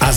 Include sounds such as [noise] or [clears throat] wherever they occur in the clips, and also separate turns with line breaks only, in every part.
A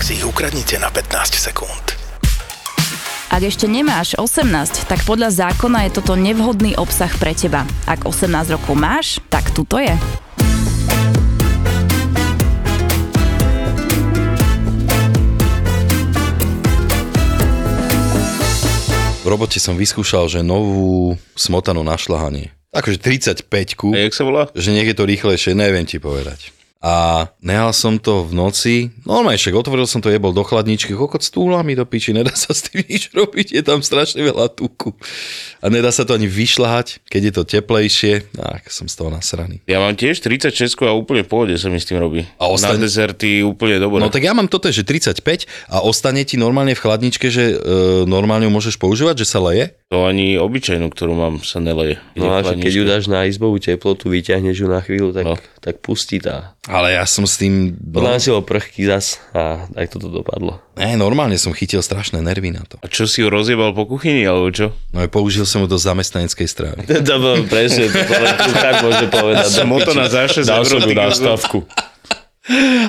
si ich ukradnite na 15 sekúnd.
Ak ešte nemáš 18, tak podľa zákona je toto nevhodný obsah pre teba. Ak 18 rokov máš, tak tu to je.
V robote som vyskúšal, že novú smotanu na šľahanie. Akože 35-ku,
A jak sa volá?
že niekde to rýchlejšie, neviem ti povedať. A nehal som to v noci, normálne však otvoril som to, jebol do chladničky, koľko stúla mi do piči, nedá sa s tým nič robiť, je tam strašne veľa tuku. A nedá sa to ani vyšľahať, keď je to teplejšie, tak som z toho nasraný.
Ja mám tiež 36 a úplne v pohode sa mi s tým robí.
A ostatní-
Na dezerty úplne dobre.
No tak ja mám toto, že 35 a ostane ti normálne v chladničke, že e, normálne ju môžeš používať, že sa leje?
To ani obyčajnú, ktorú mám, sa neleje.
No a že keď ju dáš na izbovú teplotu, vyťahneš ju na chvíľu, tak,
No.
tak pustí tá.
Ale ja som s tým...
Podľa mňa si ho prchky zas a tak toto dopadlo.
Ne, normálne som chytil strašné nervy na to.
A čo si ju rozjebal po kuchyni, alebo
[laughs]
čo?
No aj použil som ho do zamestnaneckej strávy.
[laughs] to bolo presne, to len kuchár môže povedať. do
Smotana
piči.
za 6
Dal
eur,
som ju
ty
na
kokos.
stavku.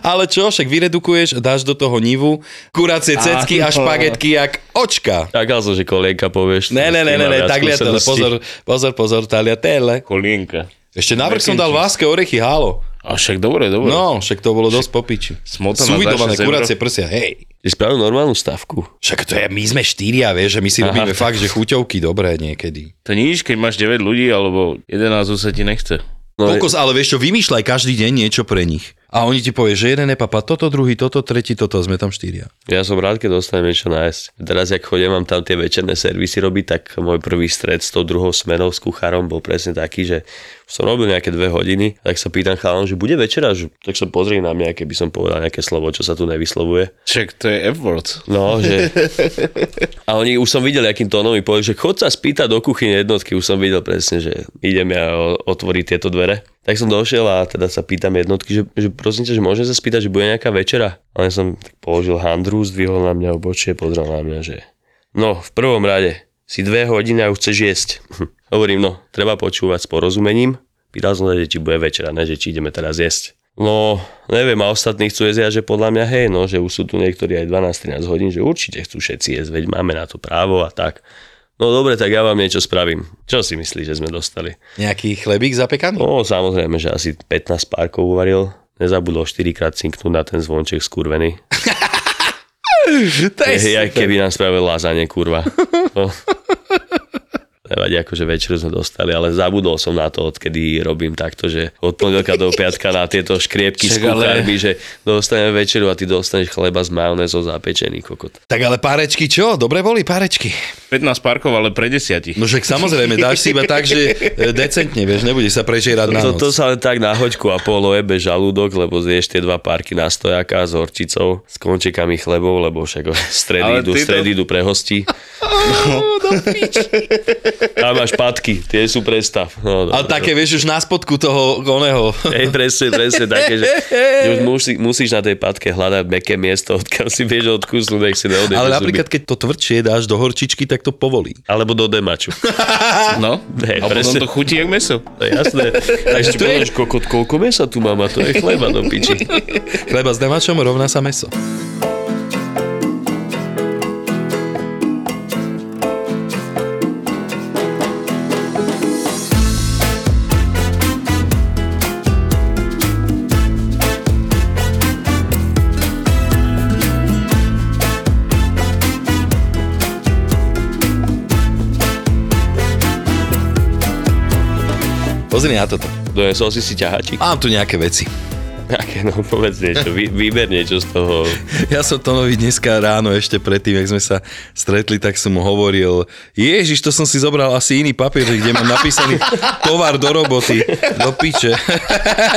Ale čo, však vyredukuješ, dáš do toho nivu, kuracie cecky a špagetky jak očka.
Čakal som, že kolienka povieš.
Ne, ne,
s
ne, ne,
tým mám
ne
viac
tagliatele,
skúseností.
pozor, pozor, pozor, tagliatele.
Kolienka.
Ešte navrh som dal váske, orechy, hálo.
A však dobre, dobre.
No, však to bolo dosť popiči.
Smotana
Súvidované
za šesť eur.
kuracie prsia, hej.
Si spravil normálnu stavku.
Však to je, my sme štyria, vieš, že my si robíme fakt, že chuťovky dobré niekedy.
To nič, keď máš 9 ľudí, alebo 11 sa ti nechce.
No,
Kokos, ale vieš čo, vymýšľaj každý deň niečo pre nich. A oni ti povie, že jeden je papa toto, druhý toto, tretí toto, sme tam štyria.
Ja som rád, keď dostanem niečo nájsť. Teraz, jak chodím, mám tam tie večerné servisy robiť, tak môj prvý stred s tou druhou smenou s kuchárom bol presne taký, že som robil nejaké dve hodiny, tak sa pýtam chalom, že bude večera, že... tak sa pozrie na mňa, keby som povedal nejaké slovo, čo sa tu nevyslovuje.
Však to je F-word.
No, že... A oni už som videl, akým tónom mi povedal, že chod sa spýtať do kuchyne jednotky, už som videl presne, že idem ja o- otvoriť tieto dvere. Tak som došiel a teda sa pýtam jednotky, že, že prosím ťa, že môžem sa spýtať, že bude nejaká večera. Ale som tak položil handru, zdvihol na mňa obočie, pozrel na mňa, že no, v prvom rade, si dve hodiny a už chceš jesť. [laughs] Hovorím, no, treba počúvať s porozumením. Pýtal som sa, že či bude večera, ne, že či ideme teraz jesť. No, neviem, a ostatní chcú jesť, ja, že podľa mňa hej, no, že už sú tu niektorí aj 12-13 hodín, že určite chcú všetci jesť, veď máme na to právo a tak. No dobre, tak ja vám niečo spravím. Čo si myslíš, že sme dostali?
Nejaký chlebík zapekaný?
No samozrejme, že asi 15 párkov uvaril. Nezabudol 4 krát cinknúť na ten zvonček skurvený.
to
Hej, jak keby nám spravil lazanie, kurva. No. [laughs] Nevadí, akože večeru sme dostali, ale zabudol som na to, odkedy robím takto, že od pondelka do piatka na tieto škriepky s
Čak, ale-
kuchármi, že dostaneme večeru a ty dostaneš chleba s majonézou zapečený kokot.
Tak ale párečky čo? Dobre boli párečky.
15 parkov, ale pre desiatich.
No však samozrejme, dáš si iba tak, že e, decentne, vieš, nebudeš sa prežierať na
To,
noc.
to sa len tak na hoďku a pol ojebe žalúdok, lebo zješ tie dva párky na stojaka s horčicou, s končekami chlebov, lebo však
Ale
stredy idú,
ty to-
stredy idú pre hostí. Tam máš patky, tie sú prestav. No,
Ale
dobre.
také, vieš, už na spodku toho oného.
Hej, presne, presne také, že, že už musí, musíš na tej patke hľadať meké miesto, odkiaľ si vieš odkusnúť, nech si neodejde
Ale
zuby.
napríklad, keď to tvrdšie dáš do horčičky, tak to povolí.
Alebo do demaču.
No,
Hej,
a potom
presne.
to chutí jak meso.
To je
[laughs]
jasné. Takže si povieš, kokot, koľko mesa tu mám a to je chleba do
[laughs]
piči.
Chleba s demačom rovná sa meso. Pozri na toto.
Donesol si si ťahačik. No,
Mám tu nejaké veci.
Aké, no povedz niečo, vy, vyber niečo z toho.
[laughs] Ja som Tonovi dneska ráno ešte predtým, jak sme sa stretli, tak som mu hovoril, Ježiš, to som si zobral asi iný papier, kde mám napísaný tovar do roboty, do piče.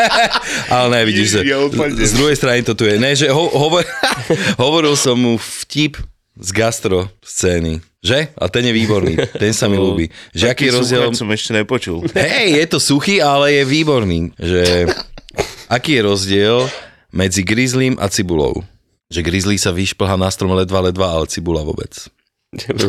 [laughs] Ale ne, vidíš, že
Ježiš, ja upadnem.
z druhej strany to tu je. Ne, že ho, hovor, [laughs] hovoril som mu vtip z gastro scény. Že? A ten je výborný. Ten sa mi ľúbi. Že aký je rozdiel...
som ešte nepočul.
Hej, je to suchý, ale je výborný. Že, aký je rozdiel medzi grizzlím a cibulou? Že grizzly sa vyšplhá na strom ledva, ledva, ale cibula vôbec.
Ešte, to,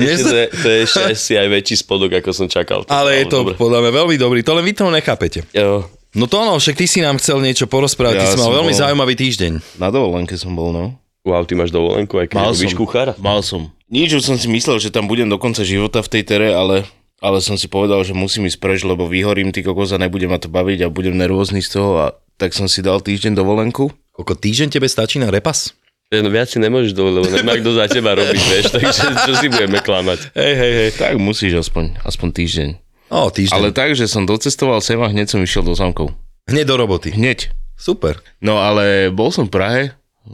Vieš,
je, to je ešte asi aj väčší spodok, ako som čakal.
ale je to
No, dobre.
podľa mňa veľmi dobrý, to len vy toho nechápete.
Jo,
No to ono, však ty si nám chcel niečo porozprávať, ja ty
Ja
si mal
som
veľmi
bol-
zaujímavý týždeň.
Na dovolenke som bol, no.
wow, ty máš dovolenku, aj keď robíš kuchára.
Mal som. Nič už som si myslel, že tam budem do konca života v tej tere, ale, ale som si povedal, že musím ísť preč, lebo vyhorím ty kokos a nebude ma to baviť a budem nervózny z toho a tak som si dal týždeň dovolenku.
Koľko týždeň tebe stačí na repas?
Že No viac si nemôžeš dovoliť, lebo nemá kto za teba robiť, vieš, [laughs] takže čo si budeme klamať.
Hej, hej, hej.
Tak musíš aspoň, aspoň týždeň.
No, týždeň. Ale...
Ale tak, že som docestoval sem a hneď som išiel do zámkov.
Hneď do roboty.
Hneď.
Super.
No ale bol som v Prahe,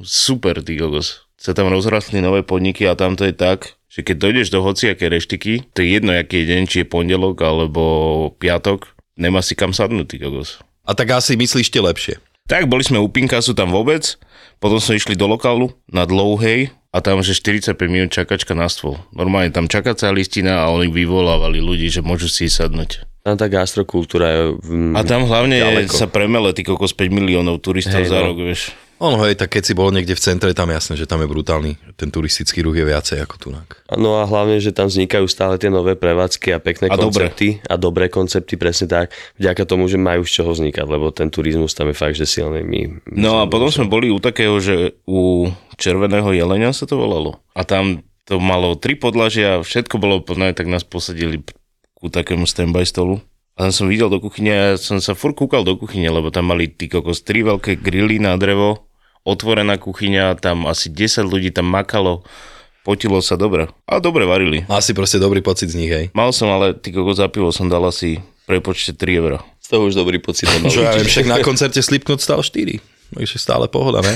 super ty kokos. Sa tam rozrastli nové podniky a tam to je tak, že keď dojdeš do hociakej reštiky, to je jedno, aký je deň, či je pondelok alebo piatok, nemá si kam sadnúť ty kokos.
A tak asi myslíš tie lepšie.
Tak, boli sme u Pinkasu tam vôbec, potom sme išli do lokálu na Dlouhej a tam že 45 minút čakačka na stôl. Normálne tam čakacia listina a oni vyvolávali ľudí, že môžu si ísť sadnúť.
Tam tá gastrokultúra je... mm,
A tam hlavne je,
Ďaleko.
sa premele ty kokos 5 miliónov turistov
Hej,
za rok,
no.
vieš.
Ono, hej, tak keď si bol niekde v centre, tam jasné, že tam je brutálny. Ten turistický ruch je viacej ako tunak.
No a hlavne, že tam vznikajú stále tie nové prevádzky a pekné
A
a
dobré.
koncepty dobré. a dobré koncepty, presne tak, vďaka tomu, že majú z čoho vznikať, lebo ten turizmus tam je fakt, že silný. My, my
No a potom sme boli u takého, že u Červeného jelenia sa to volalo. A tam to malo tri podlažia, všetko bolo plné, tak nás posadili ku takému stand-by stolu. A tam som videl do kuchyne a ja som sa furt kúkal do kuchyne, lebo tam mali ty kokos tri veľké grily na drevo, otvorená kuchyňa, tam asi 10 ľudí tam makalo, potilo sa dobre. A dobre varili.
Asi proste dobrý pocit z nich, hej.
Mal som ale ty kokos za pivo som dal asi v prepočte 3 euro.
Z toho už dobrý
[laughs]
pocit
No,
mám.
Čo ja viem, však na koncerte Slipknot stal 4. Takže stále pohoda, ne?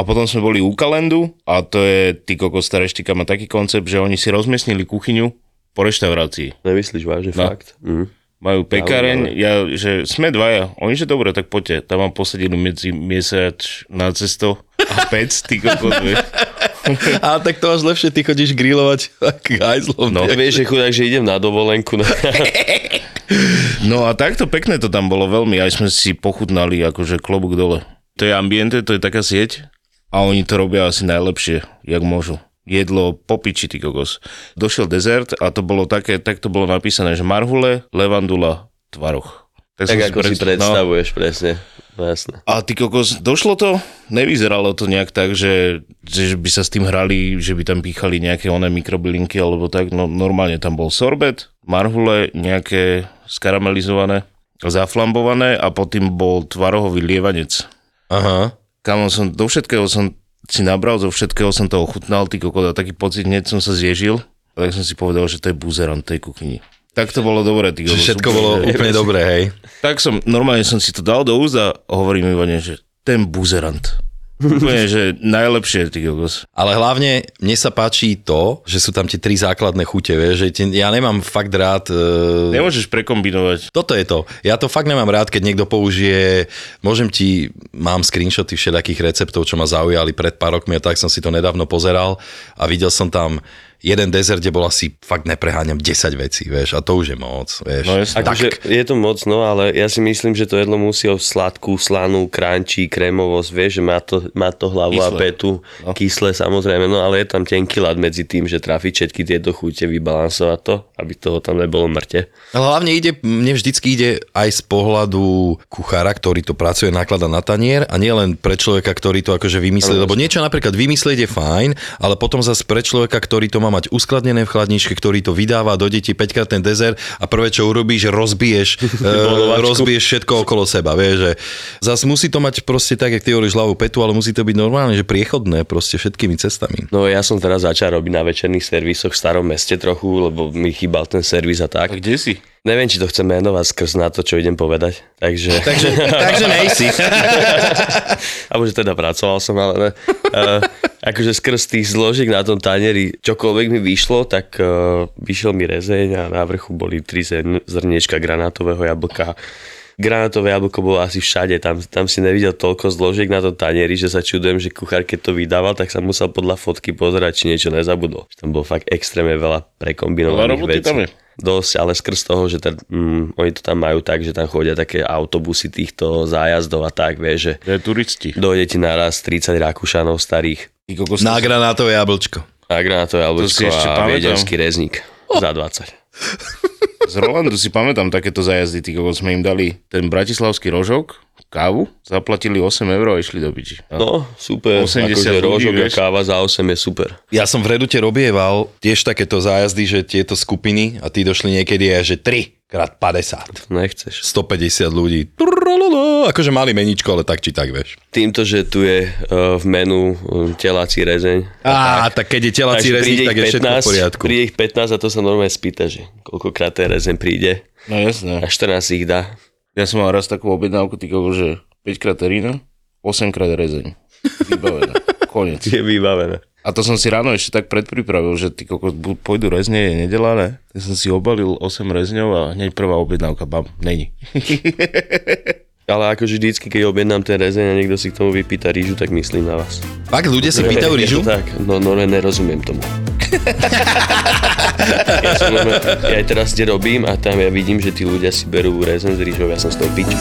A potom sme boli u Kalendu a to je, ty kokos, tá reštika má taký koncept, že oni si rozmiestnili kuchyňu po reštaurácii.
Nemyslíš vážne,
No.
fakt? Mm.
Majú pekareň, ja, že sme dvaja. Oni, že dobre, tak poďte. Tam vám posadili medzi miesač na cesto a pec, ty kokos, vieš.
A tak to až lepšie, ty chodíš grilovať k hajzlom.
No.
No.
Ja vieš, že chudák, že idem na dovolenku. Na...
No a takto pekné to tam bolo veľmi, aj sme si pochutnali akože klobúk dole. To je ambiente, to je taká sieť a oni to robia asi najlepšie, jak môžu. Jedlo popiči, ty kokos. Došiel dezert a to bolo také, tak to bolo napísané, že marhule, levandula, tvaroch. som
tak ako
predst-
si
No.
predstavuješ, presne. No jasné.
A ty kokos, došlo to? Nevyzeralo to nejak tak, že, že by sa s tým hrali, že by tam píchali nejaké oné mikrobylinky alebo tak. No normálne tam bol sorbet, marhule, nejaké skaramelizované, zaflambované a pod tým bol tvarohový lievanec.
Aha.
Kamo som, do všetkého som si nabral, zo všetkého som to ochutnal, ty kokos, a taký pocit, hneď som sa zježil. A tak som si povedal, že to je buzerant tej kuchyni. Tak to bolo dobré, ty
Že
kokos.
všetko
úplne,
bolo
že-
úplne dobré, hej.
tak som, normálne som si to dal do úst a hovorím Ivane, že ten buzerant. Úplne, že najlepšie, ty kokos.
Ale hlavne mne sa páči to, že sú tam tie tri základné chute, vieš, že tie, ja nemám fakt rád... E,
Nemôžeš prekombinovať.
toto je to. Ja to fakt nemám rád, keď niekto použije... Môžem ti... Mám screenshoty všelijakých receptov, čo ma zaujali pred pár rokmi a tak som si to nedávno pozeral a videl som tam jeden dezert, kde bol asi, fakt nepreháňam, 10 vecí, vieš, a to už je moc, vieš.
No jasne.
tak,
Akože je to moc, no ale ja si myslím, že to jedlo musí o sladkú, slanú, crunchy, krémovosť, vieš, že má to, má to hlavu a
Kyslé.
petu, no. kyslé samozrejme, no ale je tam tenký lad medzi tým, že trafiť všetky tieto chute, vybalansovať to, aby toho tam nebolo mŕte.
Ale No Hlavne ide, mne vždycky ide aj z pohľadu kuchára, ktorý to pracuje, naklada na tanier a nie len pre človeka, ktorý to akože vymyslí, lebo niečo napríklad vymyslieť je fajn, ale potom zase pre človeka, ktorý to má mať uskladnené v chladničke, ktorý to vydáva do detí 5 krát ten dezert a prvé, čo urobíš, rozbiješ, e, rozbiješ všetko okolo seba, vieš, že zase musí to mať proste tak, jak ty hovoríš, hlavu petu, ale musí to byť normálne, že priechodné proste všetkými cestami.
No ja som teraz začal robiť na večerných servisoch v starom meste trochu, lebo mi chýbal ten servis a tak.
kde si?
Neviem, či to chcem menovať skrz na to, čo idem povedať. Takže...
Takže, takže nejsi.
[laughs] Alebo že teda pracoval som, ale ne. Uh, akože skrz tých zložiek na tom tanieri, čokoľvek mi vyšlo, tak uh, vyšiel mi rezeň a na vrchu boli tri zrn- zrniečka granátového jablka. Granátové jablko bolo asi všade, tam, tam si nevidel toľko zložiek na tom tanieri, že sa čudujem, že kuchár keď to vydával, tak sa musel podľa fotky pozerať, či niečo nezabudol. Tam bolo fakt extrémne veľa
Veľa
prekombinovaných
roboty
vecí
tam je.
dosť, ale skrz toho, že tam, mm, oni to tam majú tak, že tam chodia také autobusy týchto zájazdov a tak, vieš, že
To je turisti.
dojde ti naraz 30 Rakúšanov starých
Ty kokos,
Na granátové jablčko.
na granátové
si
jablčko
ešte
a
pamätám.
viedenský rezník za 20.
Z Rolandu si pamätám takéto zajazdy, ty kokos, sme im dali ten bratislavský rožok, kávu, zaplatili 8 eur a išli do piči.
No, super,
80
akože
ľudí,
rožok a
vieš.
káva za 8 je super.
Ja som v Redute robieval tiež takéto zájazdy, že tieto skupiny a tí došli niekedy aj, že 3 krát 50.
Nechceš.
150 ľudí. Trrrrolo, Akože mali meničko, ale tak či tak, vieš.
Týmto, že tu je uh, v menu um, telací rezeň.
Á, tak keď je telací
Takže
rezník,
príde
tak
ich
je všetko v poriadku.
Príde ich 15 a to sa normálne spýta, že koľkokrát ten rezeň príde
No
a
jasné.
14 ich dá.
Ja som mal raz takú objednávku, ty kokos, že 5 krát terína, 8 krát rezeň. Vybavené. Konec.
Je vybavené.
A to som si ráno ešte tak predpripravil, že ty kokos, bu- pôjdu rezne, je nedela, ne? Ja som si obalil 8 rezňov a hneď prvá objednávka, bam, není.
Ale akože vždycky, keď objednám ten rezeň a niekto si k tomu vypýta rýžu, tak myslím na vás.
Fakt, ľudia si pýtajú
Je
rýžu?
to Tak, no, no ne,
[laughs]
nerozumiem tomu. ja, som, normálne- ja aj teraz, kde robím a tam ja vidím, že tí ľudia si berú rezeň s rýžou, ja som z toho pič.
[laughs]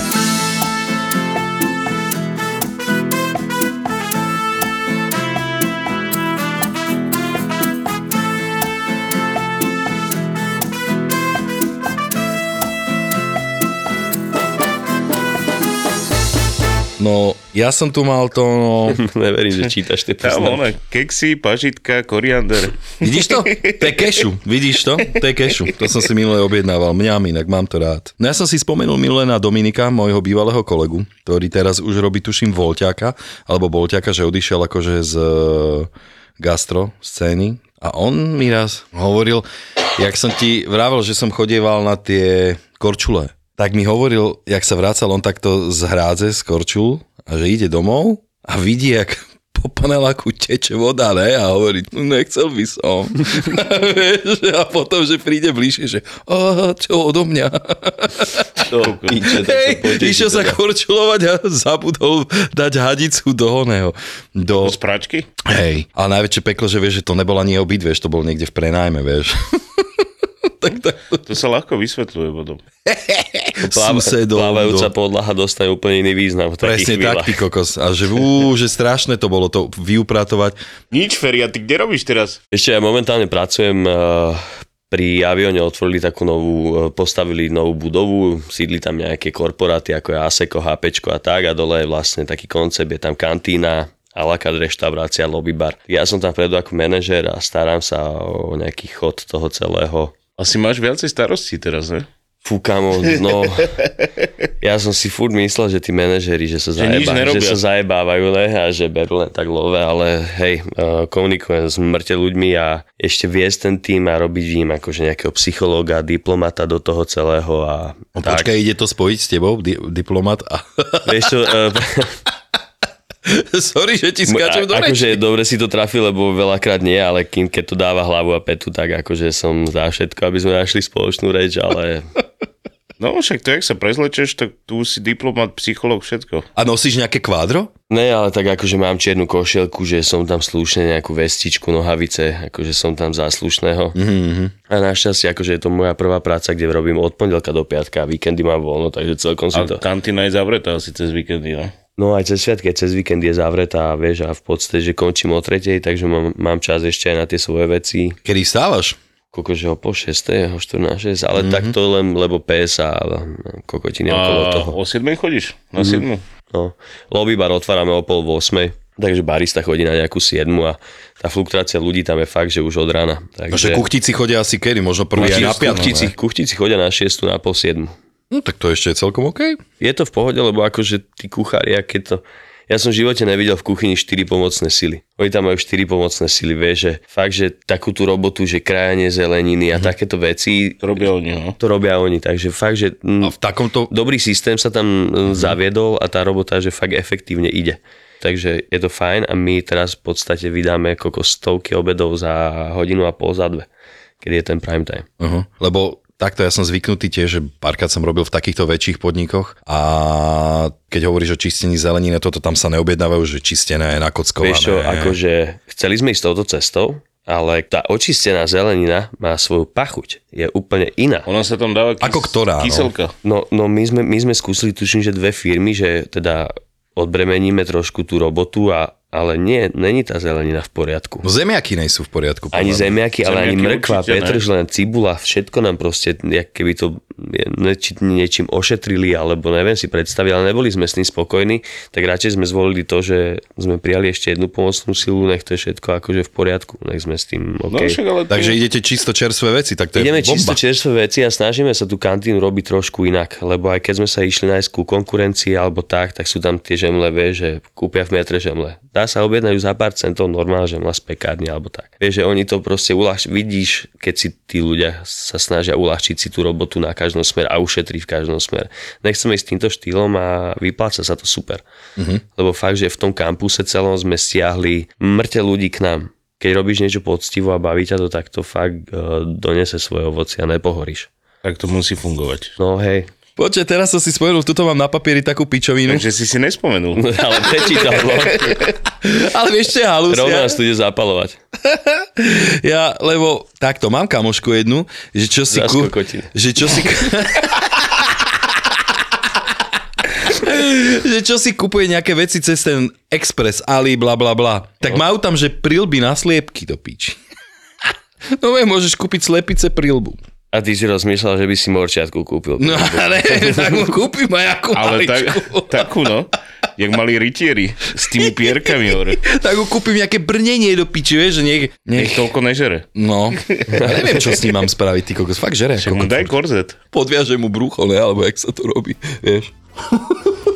No, ja som tu mal to, no...
Neverím, že čítaš tie
Tam
poznámky.
ona, keksy, pažitka, koriander.
Vidíš to? To je kešu, vidíš to? To je kešu. To som si minule objednával, mňam inak, mám to rád. No ja som si spomenul minule na Dominika, môjho bývalého kolegu, ktorý teraz už robí, tuším, Volťáka, alebo Volťáka, že odišiel akože z eh, gastro scény. A on mi raz hovoril, jak som ti vravel, že som chodieval na tie korčule. Tak mi hovoril, jak sa vracal on takto z hrádze, z korčul, a že ide domov a vidí, jak po paneláku teče voda, ne? A hovorí, "No, nechcel by [laughs] som. Vieš, a potom, že príde bližšie, že a, čo odo mňa?
To piče,
[laughs]
tak som
Hej,
poteší
išiel sa
teda.
korčulovať a zabudol dať hadicu do oného. Do,
Z práčky?
hej. A najväčšie peklo, že vieš, že to nebol ani obyt, vieš, to bol niekde v prenajme, [laughs] vieš. tak, tak,
To sa ľahko vysvetľuje potom.
susedom
Plávajúca
do-
podlaha dostane úplne iný význam v takých
no. Presne tak,
chvíľach.
ty kokos. A že, ú, že strašné to bolo to vyupratovať.
Nič, Feri, a ty kde robíš teraz?
Ešte ja momentálne pracujem eh, pri avióne, otvorili takú novú, eh, postavili novú budovu, sídli tam nejaké korporáty ako je ASECO, HPčko a tak a dole je vlastne taký koncept, je tam kantína, a la carte reštaurácia, lobby bar. Ja som tam predu ako manažer a starám sa o nejaký chod toho celého.
Asi máš viacej starostí teraz, ne?
Fúkam ho, no.
[laughs]
Ja som si furt myslel, že tí manažeri, že sa,
Že nič
zajebá,
nerobia.
že sa zajebávajú, ne? A že berú len tak love, ale hej, eh, komunikujem s mŕte ľuďmi a ešte viesť ten tým a robiť im akože nejakého psychológa, diplomata do toho celého a
No,
tak.
Počkaj, ide to spojiť s tebou, di- diplomat a... [laughs]
Vieš čo, eh,
Sorry, že ti skáčem do
a,
reči.
akože dobre si to trafil, lebo veľakrát nie, ale kým, keď to dáva hlavu a petu, tak akože som za všetko, aby sme našli spoločnú reč, ale
No však to, jak sa prezlečeš, tak tu si diplomat, psycholog, všetko.
A nosíš nejaké kvádro?
Ne, ale tak akože mám čiernu košielku, že som tam slušne nejakú vestičku, nohavice, akože som tam za slušného. Mm-hmm. A našťastie, akože je to moja prvá práca, kde robím od pondelka do piatka a víkendy mám voľno, takže celkom si
A
to...
kantina je zavretá asi cez víkendy, ne?
No aj cez sviatky, aj cez víkend je zavretá a vieš, a v podstate, že končím o tretej, takže mám, mám čas ešte aj na tie svoje veci.
Kedy vstávaš?
Kokože o po 6, o 4 na 6, ale mm-hmm. tak to len, lebo PS a
A
kokotiny okolo toho.
o 7 chodíš? Na 7?
No, lobby bar otvárame o pol 8, takže barista chodí na nejakú 7 a tá fluktuácia ľudí tam je fakt, že No, už od rána.
Takže
Takže
No, kuchtici chodia asi kedy? Možno prvý aj
kuchtici,
na piatku.
kuchtici,
ne?
kuchtici chodia na 6, na pol 7.
No tak to ešte je celkom OK.
Je to v pohode, lebo akože tí kuchári, a keď to... Ja Ja som v živote nevidel v kuchyni 4 pomocné sily. Oni tam majú 4 pomocné sily, vieš, že fakt, že takú tú robotu, že krajanie zeleniny a
Mhm.
takéto veci,
To robia oni, no.
to robia oni. Takže fakt, že
A
mm,
v takomto...
dobrý systém sa tam mm, zaviedol a tá robota, že fakt efektívne ide. Takže je to fajn a my teraz v podstate vydáme koľko stovky obedov za hodinu a pol, za dve, keď je ten prime time.
Uh-huh. Lebo takto ja som zvyknutý tiež, že párkrát som robil v takýchto väčších podnikoch a keď hovoríš o čistení zeleniny, toto tam sa neobjednávajú, že čistené, nakockované.
Vieš čo, akože chceli sme ísť touto cestou, ale tá očistená zelenina má svoju pachuť. Je úplne iná.
Ona sa tam dáva kys-
Ako ktorá, no?
kyselka.
No, no my, sme, my sme skúsili, tuším, že dve firmy, že teda odbremeníme trošku tú robotu, a, ale nie, není tá zelenina v poriadku.
No zemiaky nejsú v poriadku. podľa
Ani
mňa.
zemiaky, ale ani
Zemiaky
mrkva,
určite ne.
petržlen, cibula, všetko nám proste, jak keby to nieči, niečím ošetrili, alebo neviem si predstaviť, ale neboli sme s tým spokojní, tak radšej sme zvolili to, že sme prijali ešte jednu pomocnú silu, nech to je všetko akože v poriadku, nech sme s tým
No
OK.
však ale to
Takže
je-
idete čisto čerstvé veci, tak to je
Ideme
bomba.
čisto čerstvé veci a snažíme sa tú kantínu robiť trošku inak, lebo aj keď sme sa išli nájsť ku konkurencii alebo tak, tak sú tam tie žemle, vieš, že kúpia v metre žemle. Dá sa objednajú za pár centov normálna žemla z pekárne alebo tak. Vieš, že oni to proste uľahč... vidíš, keď si tí ľudia sa snažia uľahčiť si tú robotu na každom smer a ušetriť v každom smer. Nechceme ísť týmto štýlom a vypláca sa to super.
Mhm.
Mm-hmm. Lebo fakt, že v tom kampuse celom sme stiahli mŕte ľudí k nám keď robíš niečo poctivo a baví ťa to, tak to fakt uh, donese svoje ovoci a nepohoríš.
Tak to musí fungovať.
No hej,
Poďte, teraz som si spomenul, tuto mám na papieri takú pičovinu.
Takže si si nespomenul.
[laughs] [laughs] ale prečítal, no.
[laughs] Ale vieš čo, je halus,
Rovno
ja,
nás tu ide zapalovať.
ja, lebo takto, mám kamošku jednu, že čo si...
Zas
ku-
kokotiny.
že čo si...
[laughs]
že čo si kupuje nejaké veci cez ten Express, Ali, bla bla bla. Tak
No.
majú tam, že prilby na sliepky do piči. [laughs] No ve, môžeš kúpiť slepice prilbu.
A ty si rozmýšľal, že by si morčiatku kúpil.
No ale [laughs] tak mu kúpim aj akú
[laughs] Ale tak,
maličku.
takú, no. Jak mali rytieri s tými pierkami hore.
tak mu kúpim nejaké brnenie do piči, vieš, že niek...
Nech toľko nežere.
No,
[laughs]
ja neviem, čo s ním mám spraviť, ty kokos, fakt žere.
Tak mu daj korzet.
Podviaže mu brucho, ne, alebo jak sa to robí, vieš.
Som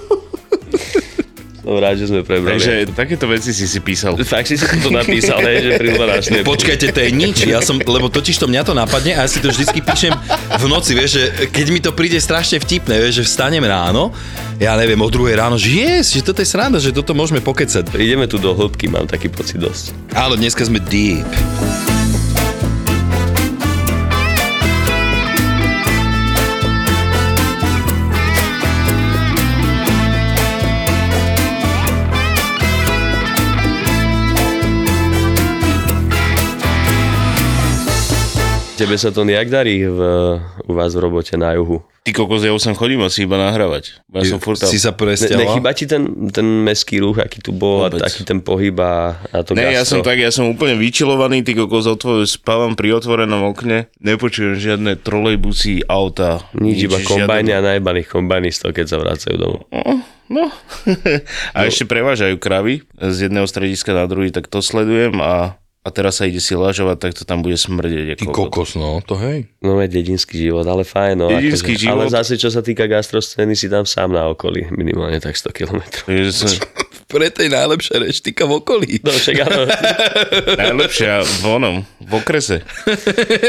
No, rád, že sme prebrali.
Takže
Takže...
takéto veci si si písal.
Fakt si si to napísal, hej, že prilba [laughs] na snep.
Počkajte, to je nič, ja som, lebo totiž to mňa to napadne a ja si to vždycky píšem v noci, vieš, že keď mi to príde strašne vtipné, vieš, že vstanem ráno, ja neviem, o druhej ráno, že yes, že toto je sranda, že toto môžeme pokecať.
Ideme tu do hĺbky, mám taký pocit dosť.
Áno, dneska sme deep.
Tebe sa to nejak darí v, u vás v robote na juhu?
Ty kokos, ja už sem chodím asi iba nahrávať. Ja som furt tam.
si sa
Ne,
presťahoval?
nechýba ti ten, ten meský ruch, aký tu bol
Vôbec.
a taký ten pohyb a, a to
Ne, ja som
gastro?
tak, ja som úplne vyčilovaný, ty kokos, otvor, spávam pri otvorenom okne, nepočujem žiadne trolejbusy, auta.
Nič, iba
žiadne-
kombajny a najebaných kombajnistov, keď sa vracajú domov.
No, No. [laughs] A ešte prevážajú kravy z jedného strediska na druhý, tak to sledujem a, a teraz sa ide si lažovať, tak to tam bude
Ty
smrdeť.
kokos, no, to hej.
No je dedinský život, ale fajn. No,
Dedinský
akože, Ale
život.
zase, čo sa týka gastroscény, si tam sám na okolí, minimálne tak 100 km.
Takže som
[laughs] Pre tej najlepšia reštika v okolí. [laughs]
No však
[laughs]
áno,
najlepšia v onom, v okrese.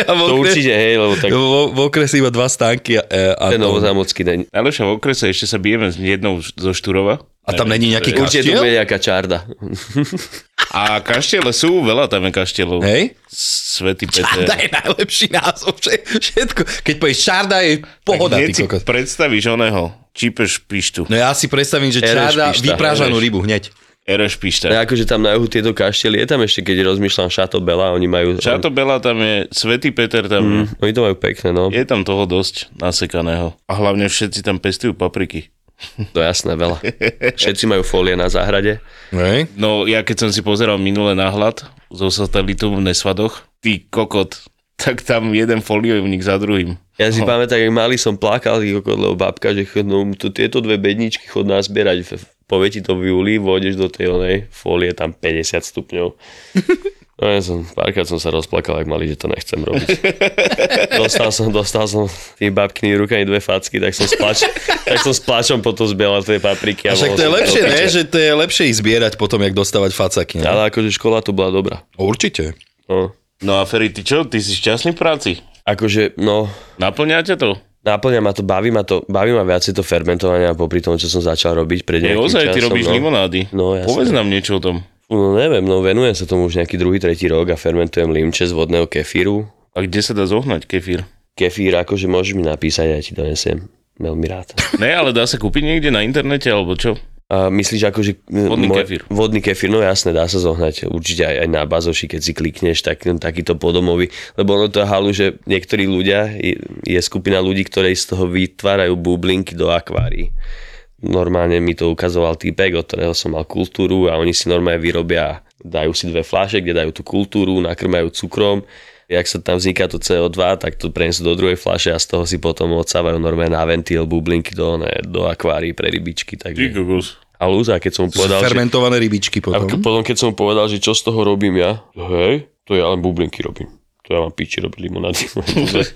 A v
to
okre-
určite, hej, lebo tak
V, v okrese iba dva stánky a, e, a,
ten
a,
novozámocký deň.
Najlepšia v okrese, ešte sa bijeme s jednou zo Štúrova.
a tam není nejaký
Určite tu
kaštiel?
bude nejaká čarda.
A kaštiele sú, veľa tam je kaštielov.
Hej?
Svetý
Čarda
Peter.
je najlepší názov, vše- všetko. Keď povieš Čarda, je pohoda,
Hneď
ty
si
kokos.
predstavíš oného, čípeš pištu,
No ja si predstavím, že
Ereš
Čarda
pišta,
vyprážanú
ereš.
rybu hneď.
ereš pišta.
No, akože tam na juhu tieto kaštely, je tam ešte, keď rozmýšľam, Šato Bela, oni majú...
Čato Bela tam je, Svetý Peter
Mm.
tam je.
Oni to majú pekné, no.
Je tam toho dosť nasekaného. A hlavne všetci tam pestujú papriky.
To jasné, veľa. Všetci majú fólie na záhrade.
Hej?
No ja keď som si pozeral minule náhľad zo satelitu v Nesvadoch, ty kokot, tak tam jeden foliovník za druhým.
Ja si pamätám, jak malý som plakal, ty kokot, lebo babka, že chod, no, tu, tieto dve bedničky chod nazbierať, v- povie ti to v júli, vôjdeš do tej onej folie, tam 50 stupňov. No ja som, párkrát som sa rozplakal, ak mali, že to nechcem
[laughs]
robiť. dostal som, dostal som tými babkými rukami dve facky, tak som s pláč, tak som s pláčom potom zbieral tie papriky.
A však
bol
to je
som
lepšie,
do
ne?
piče.
Že to je lepšie ich zbierať potom, jak dostávať facaky. Ne?
Ale akože škola tu bola dobrá.
Určite.
No.
No a Ferry, ty čo? Ty si šťastný v práci?
Akože, no,
Naplňa ťa to?
Náplňa ma to, baví ma to, baví ma viacej to fermentovanie a popri tom, čo som začal robiť pred
Nie,
nejakým
ozaj, ty
časom,
robíš
no.
limonády.
No, jasne.
Povedz nám niečo o tom.
Fú, No neviem, no venujem sa tomu už nejaký druhý, tretí rok a fermentujem limče z vodného kefíru.
A kde sa dá zohnať kefír?
Kefír akože môžeš mi napísať a ja ti donesiem. Veľmi rád.
Ne, ale dá sa kúpiť niekde na internete, alebo čo?
A myslíš akože...
Vodný kefír.
Vodný kefír, no jasné, dá sa zohnať. Určite aj, aj na bazoši, keď si klikneš, tak, no, takýto podomový. Lebo ono to je halu, že niektorí ľudia, je, je skupina ľudí, ktorí z toho vytvárajú bublinky do akvárií. Normálne mi to ukazoval týpek, od ktorého som mal kultúru a oni si normálne vyrobia, dajú si dve fláše, kde dajú tú kultúru, nakrmajú cukrom. Jak sa tam vzniká to CO2, tak to prenesú do druhej flaše a z toho si potom odsávajú normálne na ventil bublinky do, ne, do akvárií pre rybičky. Takže...
kokos.
A Lúza, keď som mu povedal, že,
Fermentované rybičky
a
potom.
ke- potom keď som mu povedal, že čo z toho robím ja, hej, to ja len bublinky robím. To ja mám piči robiť
[laughs]
limonády.
[laughs]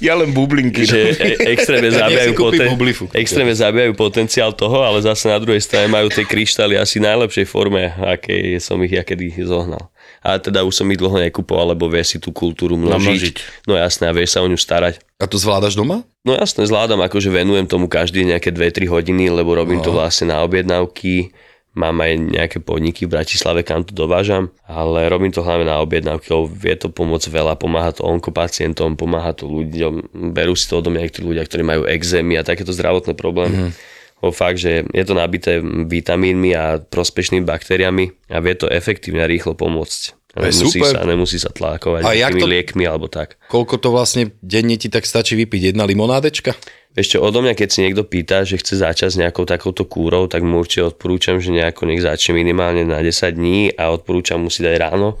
ja len bublinky.
že e- extrémne zabíjajú,
si kúpim
poten-
oblifu.
extrémne zabíjajú potenciál toho, ale zase na druhej strane majú tie kryštály asi v najlepšej forme, aké som ich ja kedy zohnal. A teda už som ich dlho nekupoval, lebo vie si tú kultúru
Namnožiť.
množiť. No jasné, a vieš sa o ňu starať.
A to zvládaš doma?
No jasne, zvládam, akože venujem tomu každý nejaké 2-3 hodiny, lebo robím
No.
to vlastne na objednávky, mám aj nejaké podniky v Bratislave, kam to dovážam, ale robím to hlavne na objednávky, lebo vie to pomôcť veľa, pomáha to onkopacientom, pomáha to ľuďom, berú si to odo mňa niektorí ľudia, ktorí majú exémy a takéto zdravotné
Mhm.
problémy. Lebo fakt, že je to nabité vitamínmi a prospešnými baktériami a vie to efektívne a rýchlo pomôcť.
To je
Nemusí
super.
sa, nemusí sa tlákovať
A jak
nejakými
to-
liekmi alebo tak.
Koľko to vlastne denne ti tak stačí vypiť? Jedna limonádečka?
Ešte odo mňa, keď si niekto pýta, že chce začať s nejakou takouto kúrou, tak mu určite odporúčam, že nejako nech začne minimálne na 10 dní a odporúčam mu si dať ráno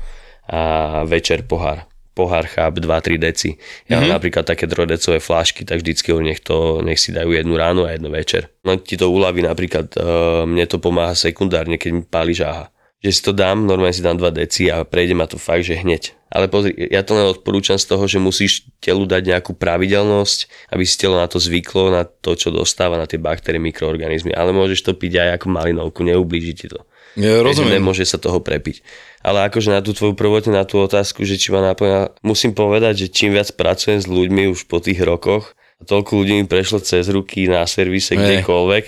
a večer pohár. Pohár cháp 2-3 deci. Ja mm-hmm. mám napríklad také drojdecové flášky, tak vždycky ho nech, to, nech si dajú jednu ráno a jednu večer. No ti to uľaví napríklad, e, mne to pomáha sekundárne, keď mi páli žáha že si to dám, normálne si dám 2 deci a prejde ma to fakt, že hneď. Ale pozri, ja to len odporúčam z toho, že musíš telu dať nejakú pravidelnosť, aby si telo na to zvyklo, na to, čo dostáva, na tie baktérie, mikroorganizmy. Ale môžeš to piť aj ako malinovku, neublíži ti to.
Ja,
Takže
rozumiem.
Nemôže sa toho prepiť. Ale akože na tú tvoju prvotne, na tú otázku, že či ma naplňa, musím povedať, že čím viac pracujem s ľuďmi už po tých rokoch, a toľko ľudí mi prešlo cez ruky na servise, kdekoľvek,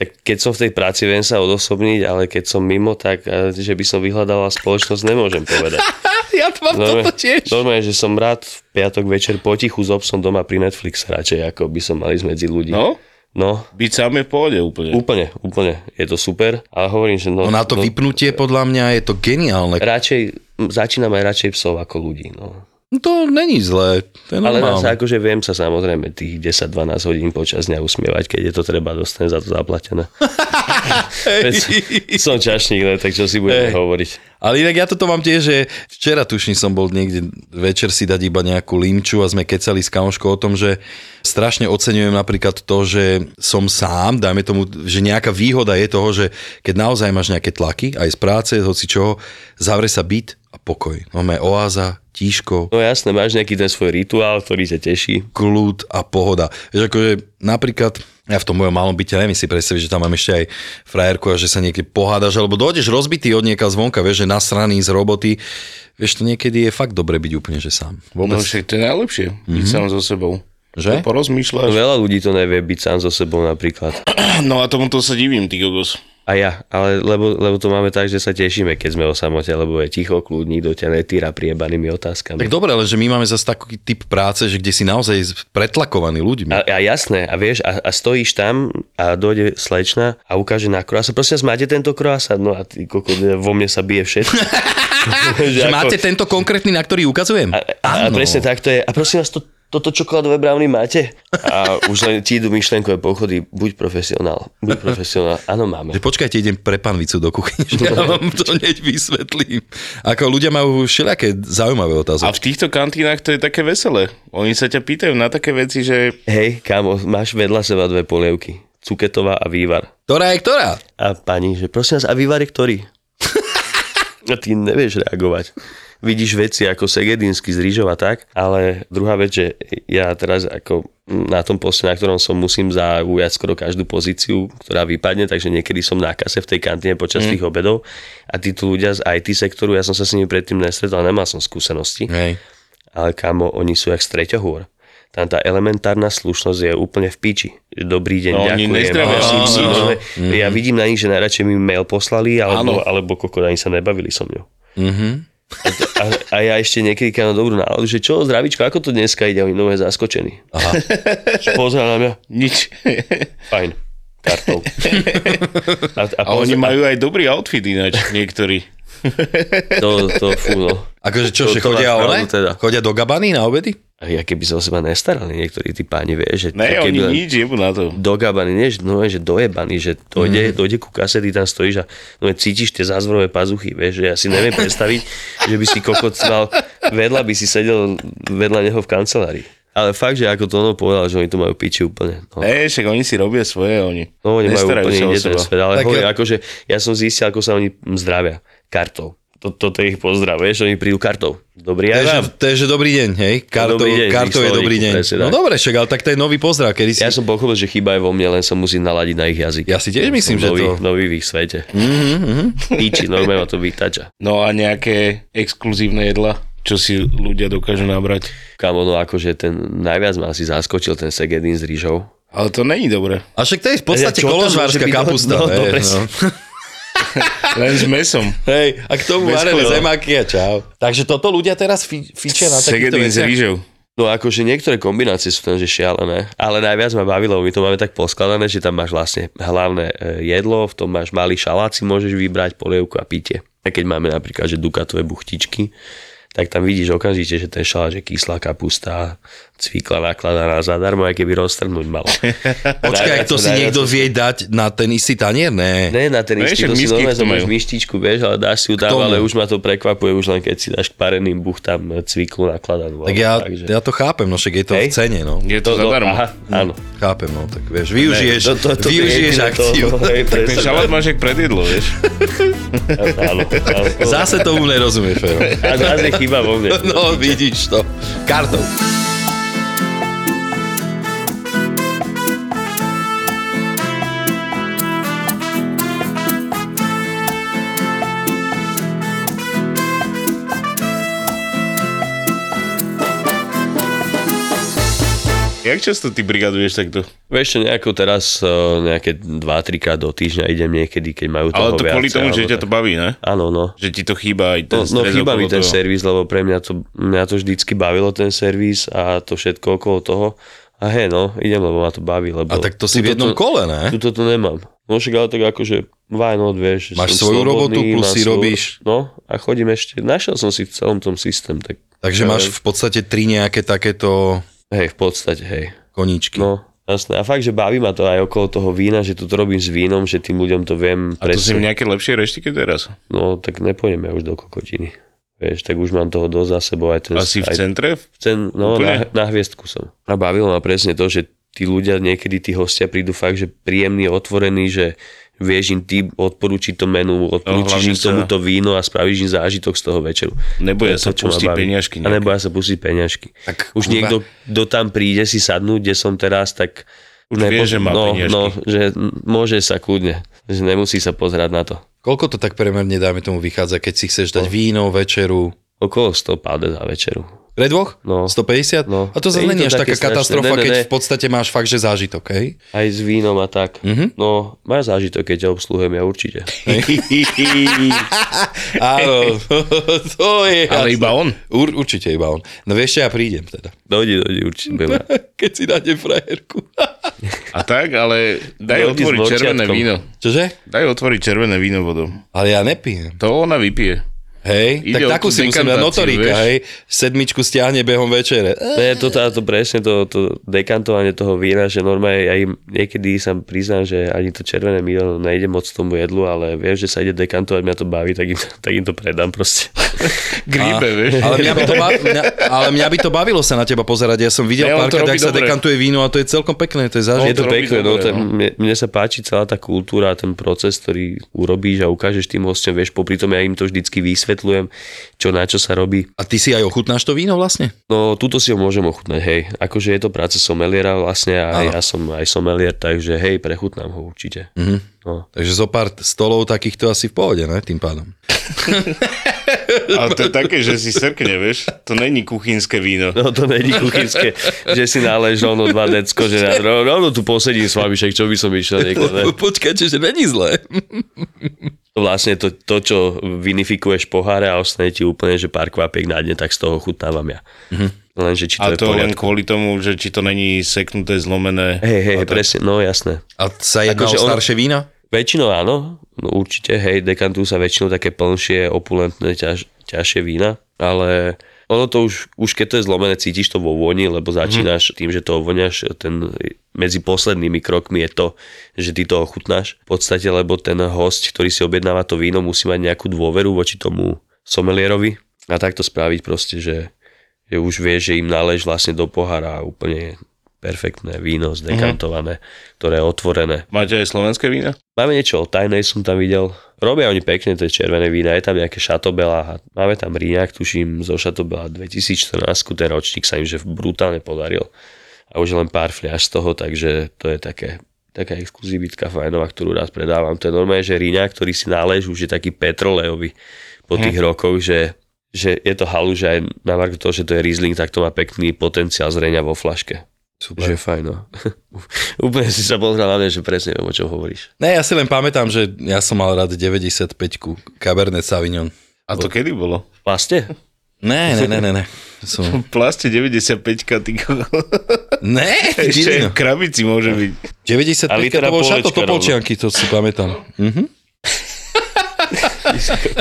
tak keď som v tej práci, viem sa odosobniť, ale keď som mimo, tak eh, že by som vyhľadala spoločnosť, nemôžem povedať.
[laughs] Ja [laughs] to mám
Normálne, normálne, že som rád v piatok večer potichu s obsom doma pri Netflix radšej, ako by som mal ísť medzi ľudí.
No,
no
byť sám je v pohode úplne.
úplne, úplne. Je to super, ale hovorím, že no,
No na to
no,
vypnutie podľa mňa je to geniálne.
radšej, m, začínam aj radšej psov ako ľudí, no.
To není zlé. To je
Ale
normálne.
zase akože viem sa samozrejme tých 10-12 hodín počas dňa usmievať, keď je to treba, dostanem za to zaplatené.
[laughs]
Veď som čašník, ne, tak čo si budeme
Hej.
hovoriť.
Ale inak ja toto mám tiež, že včera tuším som bol niekde večer si dať iba nejakú limču a sme kecali s kamoškou o tom, že strašne oceňujem napríklad to, že som sám, dajme tomu, že nejaká výhoda je toho, že keď naozaj máš nejaké tlaky, aj z práce, hoci čoho, zavre sa byt a pokoj. Máme oáza, tíško,
No jasné, máš nejaký ten svoj rituál, ktorý ťa teší.
kľud a pohoda. Vieš, akože napríklad ja v tom mojom malom byte neviem si predstaviť, že tam mám ešte aj frajerku a že sa niekde pohádaš, alebo dojdeš rozbitý od nieka zvonka, vieš, že nasraný z roboty. Vieš, to niekedy je fakt dobre byť úplne, že sám.
No
Vôbec, no,
však to je najlepšie, byť
Mhm.
sám so sebou.
Že?
To Porozmýšľaš.
No, Veľa ľudí to nevie byť sám so sebou napríklad.
[clears throat] No a tomuto sa divím, ty kokos.
A ja, ale lebo, lebo to máme tak, že sa tešíme, keď sme o samote, lebo je ticho, kľud, nikto ťa netýra priebanými otázkami.
tak dobre, ale že my máme zase taký typ práce, že kde si naozaj pretlakovaný ľuďmi.
A, a jasné, a vieš, a, a stojíš tam a dojde slečna a ukáže na croissant. Prosím vás, máte tento croissant? No a ty, koko, vo mne sa
[laughs]
bije všetko.
že máte tento konkrétny, na ktorý ukazujem?
A, a, a presne tak to je. A prosím vás, to, toto čokoládové brownie máte? A už len ti idú myšlenkové pochody. Buď profesionál. Buď profesionál. Áno, máme.
Že počkajte, idem pre panvicu do kuchyne,
[laughs]
že ja vám to hneď vysvetlím. Ako ľudia majú všelijaké zaujímavé
A
otázky.
v týchto kantínach to je také veselé. Oni sa ťa pýtajú na také veci, že
Hej, kámo, máš vedľa seba dve polievky. Cuketová a vývar.
Ktorá je ktorá?
A pani, že prosím vás, a vývar je ktorý? [laughs] a ty nevieš reagovať. Vidíš veci ako Segedinsky z Rížov a tak, ale druhá vec, že ja teraz ako na tom poste, na ktorom som, musím zaujať skoro každú pozíciu, ktorá vypadne, takže niekedy som na kase v tej kantíne počas mm. tých obedov a títo ľudia z IT sektoru, ja som sa s nimi predtým nestretol, nemal som skúsenosti,
Hej.
ale kamo, oni sú jak z treťohôr. Tam tá elementárna slušnosť je úplne v piči. Dobrý deň,
No, oni
ďakujem.
nezdravia,
prosím,
áno,
si,
áno.
normálne. No, Ja vidím na nich, že najradšej mi mail poslali,
Mhm.
alebo,
Áno.
alebo koko, ani sa nebavili so mňou.
Mhm.
A, a ja ešte niekedy keď mám dobrú náladu, že čo, zdravíčko, ako to dneska ide? Oni nové zaskočení. Aha. [laughs] Pozrel na mňa, [laughs]
Nič.
fajn, kartou. A, a,
A oni
pozrel-
majú aj dobrý outfit ináč
[laughs]
niektorí.
To, to, fú, no.
Akože čo,
To-
že
to
chodia
máš
one?
pravdu teda.
Chodia do gabany na obedy?
A ja keby sa o seba nestarali, niektorí tí páni, vieš, že...
Ne,
keby
oni
len-
nič, jebu na to.
dogabaný, nie, že, no, že dojebaný, že dojde, mm. dojde ku kase, ty tam stojíš a no, cítiš tie zázvorové pazuchy, vieš, že ja si neviem predstaviť, že by si kokot mal, vedľa by si sedel vedľa neho v kancelárii. Ale fakt, že ako to ono povedal, že oni to majú piči úplne. No.
Ne, však oni si robia svoje, oni.
No oni majú
Nestarajú
úplne
sa o
inde ten
seba.
svet, ale
Tak
hovorím,
ja-
akože ja som zistil, ako sa oni zdravia kartou. To- Toto je ich pozdrav, vieš, oni prídu kartou. Dobrý
To
aj
je, že,
vám.
to je, že dobrý deň, hej? Kartou,
Dobrý deň,
kartou je
slovníku,
dobrý deň.
presne
No
tak.
dobre, však, ale tak to je nový pozdrav, kedy si...
Ja som pochopil, že chyba je vo mne, len sa musím naladiť na ich jazyk.
Ja si tiež
Som
myslím, že
nový,
to- Mm-hmm,
Nový v ich svete. Píči, normálne ma to vytača.
No a nejaké exkluzívne jedla, čo si ľudia dokážu nabrať.
Kamo, no akože ten najviac ma asi zaskočil ten Segedin s rýžou.
Ale to není dobré.
A však to je v podstate
Ja, čo tam
koložvárska
môže byť? No,
kapusta.
no,
hej,
dobre si-
Len s mesom.
Hej, a k tomu
Bez
varené
chleba.
zemaky a čau. Takže toto ľudia teraz fi- fičia na takýchto
Segedin s
veciach.
rýžou.
No akože niektoré kombinácie sú tam, že šialené, ale najviac ma bavilo, my to máme tak poskladané, že tam máš vlastne hlavné e, jedlo, v tom máš malý šalát, si môžeš vybrať polievku a pitie. A keď máme napríklad, že dukatové buchtičky, tak tam vidíš okamžite, že ten šalát, že kyslá kapusta, cvikla nakladaná zadarmo, aj keby roztrhnúť malo.
[laughs] Počkaj, to si niekto vie dať na ten istý tanier? Ne.
Ne, na ten
No
istý,
ešte
to
v
si
miskách
normálne
to
zoberieš
majú.
myštičku, vieš, ale dáš si ju tam,
tomu.
ale už ma to prekvapuje, už len keď si dáš k pareným buchtám e, cviklu nakladanú.
Tak
alebo
ja,
takže-
ja to chápem, no však je to v
Hej.
cene, no.
Je to
no,
zadarmo.
aha, áno.
Chápem, no, tak vieš, využiješ,
To- to- to-
využiješ
to-
akciu.
[laughs] to- hej,
Tak
Ten
presne.
šalát máš jak predjedlo, vieš.
Áno, áno.
Zase tomu nerozumieš, Fero.
A zase chyba vo
[laughs]
mne.
No, vidíš to. Kartou.
Jak často ty brigaduješ takto?
Vieš čo, nejako teraz e, nejaké 2-3 krát do týždňa idem niekedy, keď majú
Ale
toho
to kvôli
viacej,
tomu, že
alebo
ťa to
tak.
baví, ne?
Áno, no.
Že ti to chýba aj ten
No, no
stres
chýba mi
okolo
ten
toho.
servis, lebo pre mňa to, mňa to vždycky bavilo ten servis a to všetko okolo toho. A hej, no, idem, lebo ma to baví, lebo...
A tak to si v
Tuto
jednom kole, ne?
Tuto to nemám. No však ale tak akože why not, vieš. že
Máš
som
svoju
slobodný,
robotu, plus
mám
si
svoju-
robíš.
No a chodím ešte, našiel som si v celom tom systém, tak
Takže máš v podstate tri nejaké takéto
hej, v podstate, hej.
koníčky.
No, jasné. A fakt, že baví ma to aj okolo toho vína, že to robím s vínom, že tým ľuďom to viem
A to si v
presne.
nejaké lepšie reštike teraz?
No, tak nepôjdem ja už do kokotiny. Vieš, tak už mám toho dosť za sebou. Aj ten,
Asi v
aj [laughs]
centre?
Ten, no, na,
Úplne?
na hviezdku som. A bavilo ma presne to, že tí ľudia, niekedy tí hostia prídu fakt, že príjemný, otvorený, že vieš im ty odporúčiť to menu, odporúčiš
No, hlavne
im
sa-
tomuto víno a spravíš im zážitok z toho večeru.
Neboja
To je to,
sa
čo ma
pustiť
baví.
peniažky
A
nejaké.
neboja sa pustiť peňažky.
Tak,
Už
kurva.
niekto, kto tam príde si sadnúť, kde som teraz, tak
Už vie, že má
no,
peniažky.
no, že môže sa kľudne, že nemusí sa pozerať na to.
Koľko to tak premerne, dáme tomu, vychádza, keď si chceš
No.
dať víno, večeru?
Okolo 100 páde za večeru.
Pre dvoch?
No.
150?
No.
A to zase
Je
není
to
až
také
taká
strašné.
katastrofa,
Ne, ne,
keď
ne.
v podstate máš fakt, že zážitok,
[laughs]
hej?
Aj s vínom a tak.
Mhm.
No, máš zážitok, keď ťa obsluhujem, ja určite.
Áno, [laughs] to je...
Ale iba on.
Ur, určite iba on. No vieš, čo, ja prídem teda.
Dojde, dojde,
[laughs]
určite budem rád.
[laughs] Keď si dáte frajerku. [laughs]
A tak, ale
Veľký
daj otvoriť
s močiatkom.
červené víno.
Čože?
Daj otvoriť červené víno vodou.
Ale ja nepijem.
To ona vypije.
Hej,
Ide o
tak takú
tú
si musím dať
dekantáciu,
notorika,
vieš?
hej. Sedmičku stiahne behom večere. Eh,
Ne, to, táto presne, to, to dekantovanie toho vína, že normálne ja im niekedy sa priznám, že ani to červené víno nejde moc tomu jedlu, ale viem, že sa ide dekantovať, mňa to baví, tak im, tak im to predám
[laughs]
proste.
Gríbe, vieš.
Ale mňa, by to ba- mňa, ale mňa by to bavilo sa na teba pozerať. Ja som videl
Ne, on to
párkrát, ak
robí
sa
dobre.
dekantuje víno a to je celkom pekné, to je
Je
zážitok.
to
to robí
pekné,
dobre,
no, ten,
no.
mne, mne sa páči celá tá kultúra, ten proces, ktorý urobíš a ukážeš tým hostom, vieš, popri tom ja im to vždycky vysvetľujem, čo na čo sa robí.
A ty si aj ochutnáš to víno vlastne?
No, túto si ho môžem ochutnať, hej. Akože je to práca someliera vlastne a
Áno.
ja som aj somelier, takže hej, prechutnám ho určite.
Mhm.
Mm-hmm. No.
Takže zo pár stolov takýchto asi v pohode, ne? Tým pádom.
Ale to je také, že si srkne, vieš. To není kuchynské víno.
No to není kuchynské, že si nálež rovno dva decko, že ja ro- rovno tu posedím s vami, však čo by som išiel
[laughs]
niekde.
Počkajte, že není zlé.
Vlastne to, to, čo vinifikuješ v poháre a ostane ti úplne, že pár kvapiek na dne, tak z toho chutnávam ja. Lenže či to
Mhm. A
je v
to len
poriadku.
kvôli tomu, že či to není seknuté, zlomené.
Hej, hej,
A
hej,
tak.
presne, no jasné.
A sa jedná
Akože
o
on-
staršie vína?
Väčšinou áno, no určite, hej, dekantujú sa väčšinou také plnšie, opulentné, ťaž, ťažšie vína, ale ono to už, už keď to je zlomené, cítiš to vo voni, lebo začínaš tým, že to ovoňaš, ten, medzi poslednými krokmi je to, že ty to ochutnáš. V podstate, lebo ten host, ktorý si objednáva to víno, musí mať nejakú dôveru voči tomu somelierovi a tak to spraviť proste, že, že už vie, že im nálež vlastne do pohára úplne perfektné víno, zdekantované, ktoré je otvorené.
Máte aj slovenské vína?
Máme niečo o tajnej, som tam videl. Robia oni pekne tie červené vína, je tam nejaké šatobela. Máme tam Ríňak, tuším, zo šatobela 2014, ten ročník sa im že brutálne podaril. A už je len pár fľaš z toho, takže to je také taká exkluzivitka fajnová, ktorú rád predávam. To je normálne, že Ríňak, ktorý si nálež, už je taký petrolejový po tých rokoch, že, že je to halu, že aj na marku toho, že to je Riesling, tak to má pekný potenciál zrenia vo flaške. Super. Že je fajn, no. [laughs] Úplne si sa pozrel na mňa, že presne viem, o čom hovoríš.
Ne, ja si len pamätám, že ja som mal rád 95 Cabernet Sauvignon.
A to kedy bolo?
Vlastne?
Ne, ne, ne, ne, ne. Som...
V plaste 95-ka, ty ko-
Ne,
ešte
Gilino.
aj v krabici môže byť.
95
A
to
litera
bol
polečka
šato Topolčianky, to si pamätám. Mhm.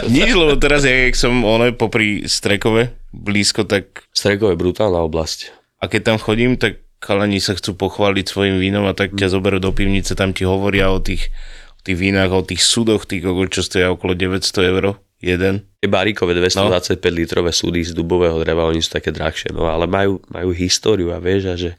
Nič, lebo teraz, ja, jak som ono popri Strekove blízko, tak
Strekov je brutálna oblasť.
a keď tam chodím, tak kalani sa chcú pochváliť svojim vínom a tak ťa zoberú do pivnice, tam ti hovoria o tých, o tých vínach, o tých súdoch, tých kokos, čo stoja okolo 900 eur jeden.
Tie barikové 225 no. litrové súdy z dubového dreva, oni sú také drahšie, no ale majú, majú históriu a vieš, a že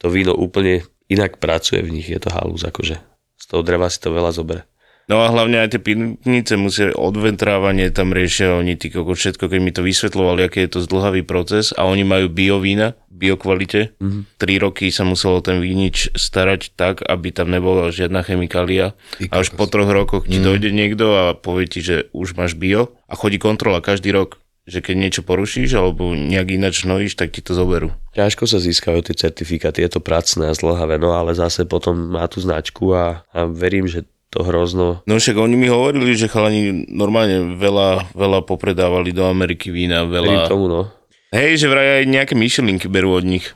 to víno úplne inak pracuje v nich, je to halúz akože. Z toho dreva si to veľa zoberie.
No a hlavne aj tie pivnice musia odventrávanie tam riešia oni ty kokos, všetko, keď mi to vysvetľovali, aký je to zdlhavý proces a oni majú biovína, biokvalite. Mm-hmm.
Mhm.
Tri roky sa muselo ten vínič starať tak, aby tam nebola žiadna chemikália. A už po troch rokoch
Mhm.
ti dojde niekto a povie ti, že už máš bio a chodí kontrola každý rok že keď niečo porušíš alebo nejak ináč hnojíš, tak ti to zoberú.
Ťažko sa získajú tie certifikáty, je to pracné a zdlhavé, no ale zase potom má tú značku a, a verím, že to hrozno
No však oni mi hovorili, že chalani normálne veľa, veľa popredávali do Ameriky vína,
verím
veľa...
tomu, no.
Hej, že vraj aj nejaké myšelinky berú od nich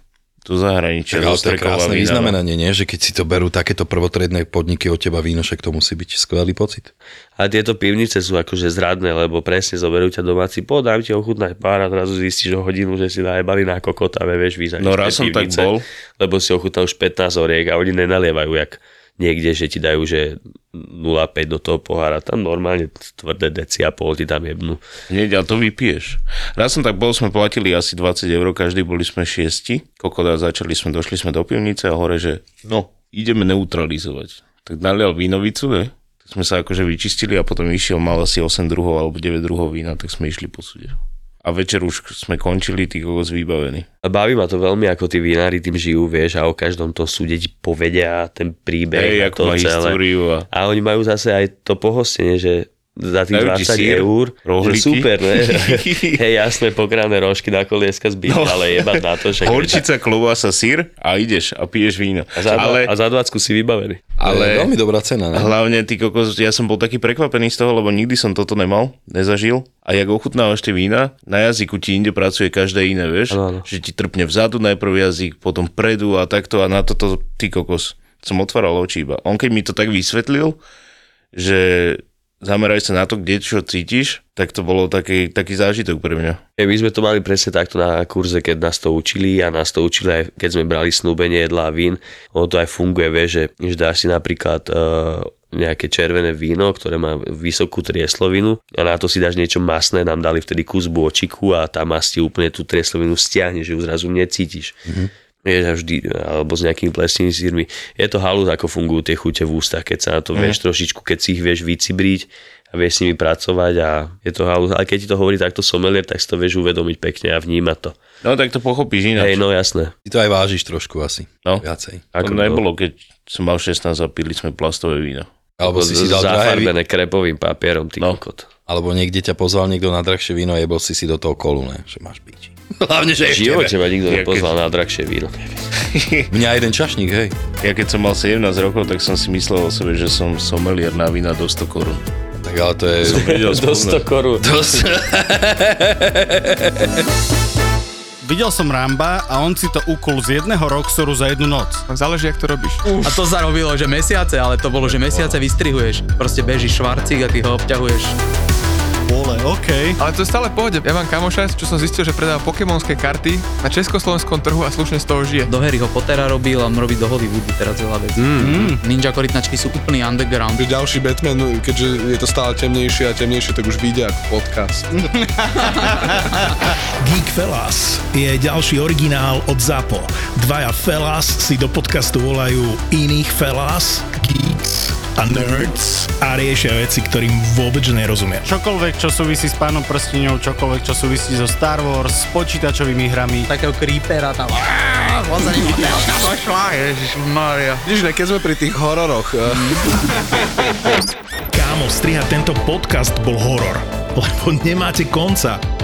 do zahraničia.
Tak,
zo
ale to je
Strekova
krásne
vína, no.
vyznamenanie, nie? Že keď si to berú takéto prvotredné podniky od teba víno, však to musí byť skvelý pocit.
A tieto pivnice sú akože zradné, lebo presne zoberú ťa domáci, po dám ti ochutnať pár a zrazu zistíš o hodinu, že si najebali na kokota, ale vieš vyzať.
No, raz som tak bol.
Lebo si ochutnal už 15 oriek a oni nenalievajú jak niekde, že ti dajú, že 0,5 do toho pohára. Tam normálne tvrdé deci a pol ti tam jebnú.
Hneď, ale to vypiješ. Raz som tak bol, sme platili asi 20 eur, každý boli sme šiesti. Kokoda začali sme, došli sme do pivnice a hore, že no, ideme neutralizovať. Tak nalial vínovicu, je? Tak sme sa akože vyčistili a potom išiel, mal asi 8 druhov alebo 9 druhov vína, tak sme išli po súde. A večer už sme končili, tí kokos vybavení.
A baví ma to veľmi, ako tí vinári tým žijú, vieš, a o každom tom súde ti povedia ten príbeh
Hej,
a
ako
to
má
celé.
históriu a...
A oni majú zase aj to pohostenie, že za tých
Dajú ti
20
sír,
eur,
rohlíky.
že super,
[laughs]
ne? Hej, jasné, pokravné rožky na kolieska zbiť, no. ale jebať na to, však
Horčica, klobása, sír a ideš a piješ víno.
A za,
ale...
ale... a za No, 20 si vybavený.
Ale...
Ale-
je veľmi dobrá cena, ne?
Hlavne ty kokos, ja som bol taký prekvapený z toho, lebo nikdy som toto nemal, nezažil. A jak ochutnávaš tie vína, na jazyku ti inde pracuje každé iné, vieš?
Áno, áno.
Že ti trpne vzadu najprv jazyk, potom predu a takto a na toto ty kokos. Som otváral oči iba. On keď mi to tak vysvetlil, že zameraj sa na to, kde čo cítiš, tak to bolo taký, taký zážitok pre mňa.
Hej, my sme to mali presne takto na kurze, keď nás to učili a nás to učili aj keď sme brali snúbenie jedla a vín. Ono to aj funguje, vie, že, že dáš si napríklad uh, nejaké červené víno, ktoré má vysokú trieslovinu a na to si dáš niečo masné, nám dali vtedy kus bôčiku a tá masti úplne tú trieslovinu stiahne, že ju zrazu necítiš. Mm-hmm vieš, a vždy, alebo s nejakými plesnými sírmi. Je to halus, ako fungujú tie chute v ústach, keď sa na to
Mhm.
vieš trošičku, keď si ich vieš vycibriť a vieš s nimi pracovať a je to halus. Ale keď ti to hovorí takto somelier, tak si to vieš uvedomiť pekne a vnímať to.
No tak to pochopíš ináč.
Hej, no jasné.
Ty to aj vážiš trošku asi.
No.
Viacej.
Ako
Ako
to
to?
nebolo, keď som mal 16 a pili sme plastové víno.
Alebo si si dal drahé víno,
Zafarbené krepovým papierom, ty no. kokot.
alebo niekde ťa pozval niekto na drahšie víno a jebol si si do toho kolu, ne? Že máš piči. Hlavne, že
V
ešte.
živote ma nikto
Ja keď-
nepozval na drahšie víno.
Mňa jeden čašník, hej.
Ja keď som mal 17 rokov, tak som si myslel o sebe, že som somelier na vína do 100 korún.
Tak ale to je...
Vedel
Do
spomne.
100 korún.
Videl som Ramba a on si to ukul z jedného roxoru za jednu noc.
Záleží, jak to robíš. A to zarobilo, že mesiace, ale to bolo, že mesiace vystrihuješ. Proste beží švarcík a ty ho obťahuješ.
Vole, okej.
Ale to je stále v pohode. Ja mám kamoša, čo som zistil, že predáva pokémonské karty na československom trhu a slušne z toho žije. Do hery ho Pottera robil a on robí do Hollywoodu teraz veľa vecí. Mm. Ninja koritnačky sú úplný underground.
Že ďalší Batman, no, keďže je to stále temnejšie a temnejšie, tak už vyjde ako podcast.
Geek Fellas je ďalší originál od ZAPO. Dvaja Fellas si do podcastu volajú iných Fellas, Geeks a Nerds a riešia veci, ktorým vôbec nerozumia.
Čokoľvek, čo súvisí s pánom prstiňou, čokoľvek, čo súvisí so Star Wars, s počítačovými hrami.
Takého creepera tam. Ježišmaria.
Nič ne, keď sme pri tých hororoch, eh,
Kámo, strihať tento podcast bol horor, lebo nemáte konca.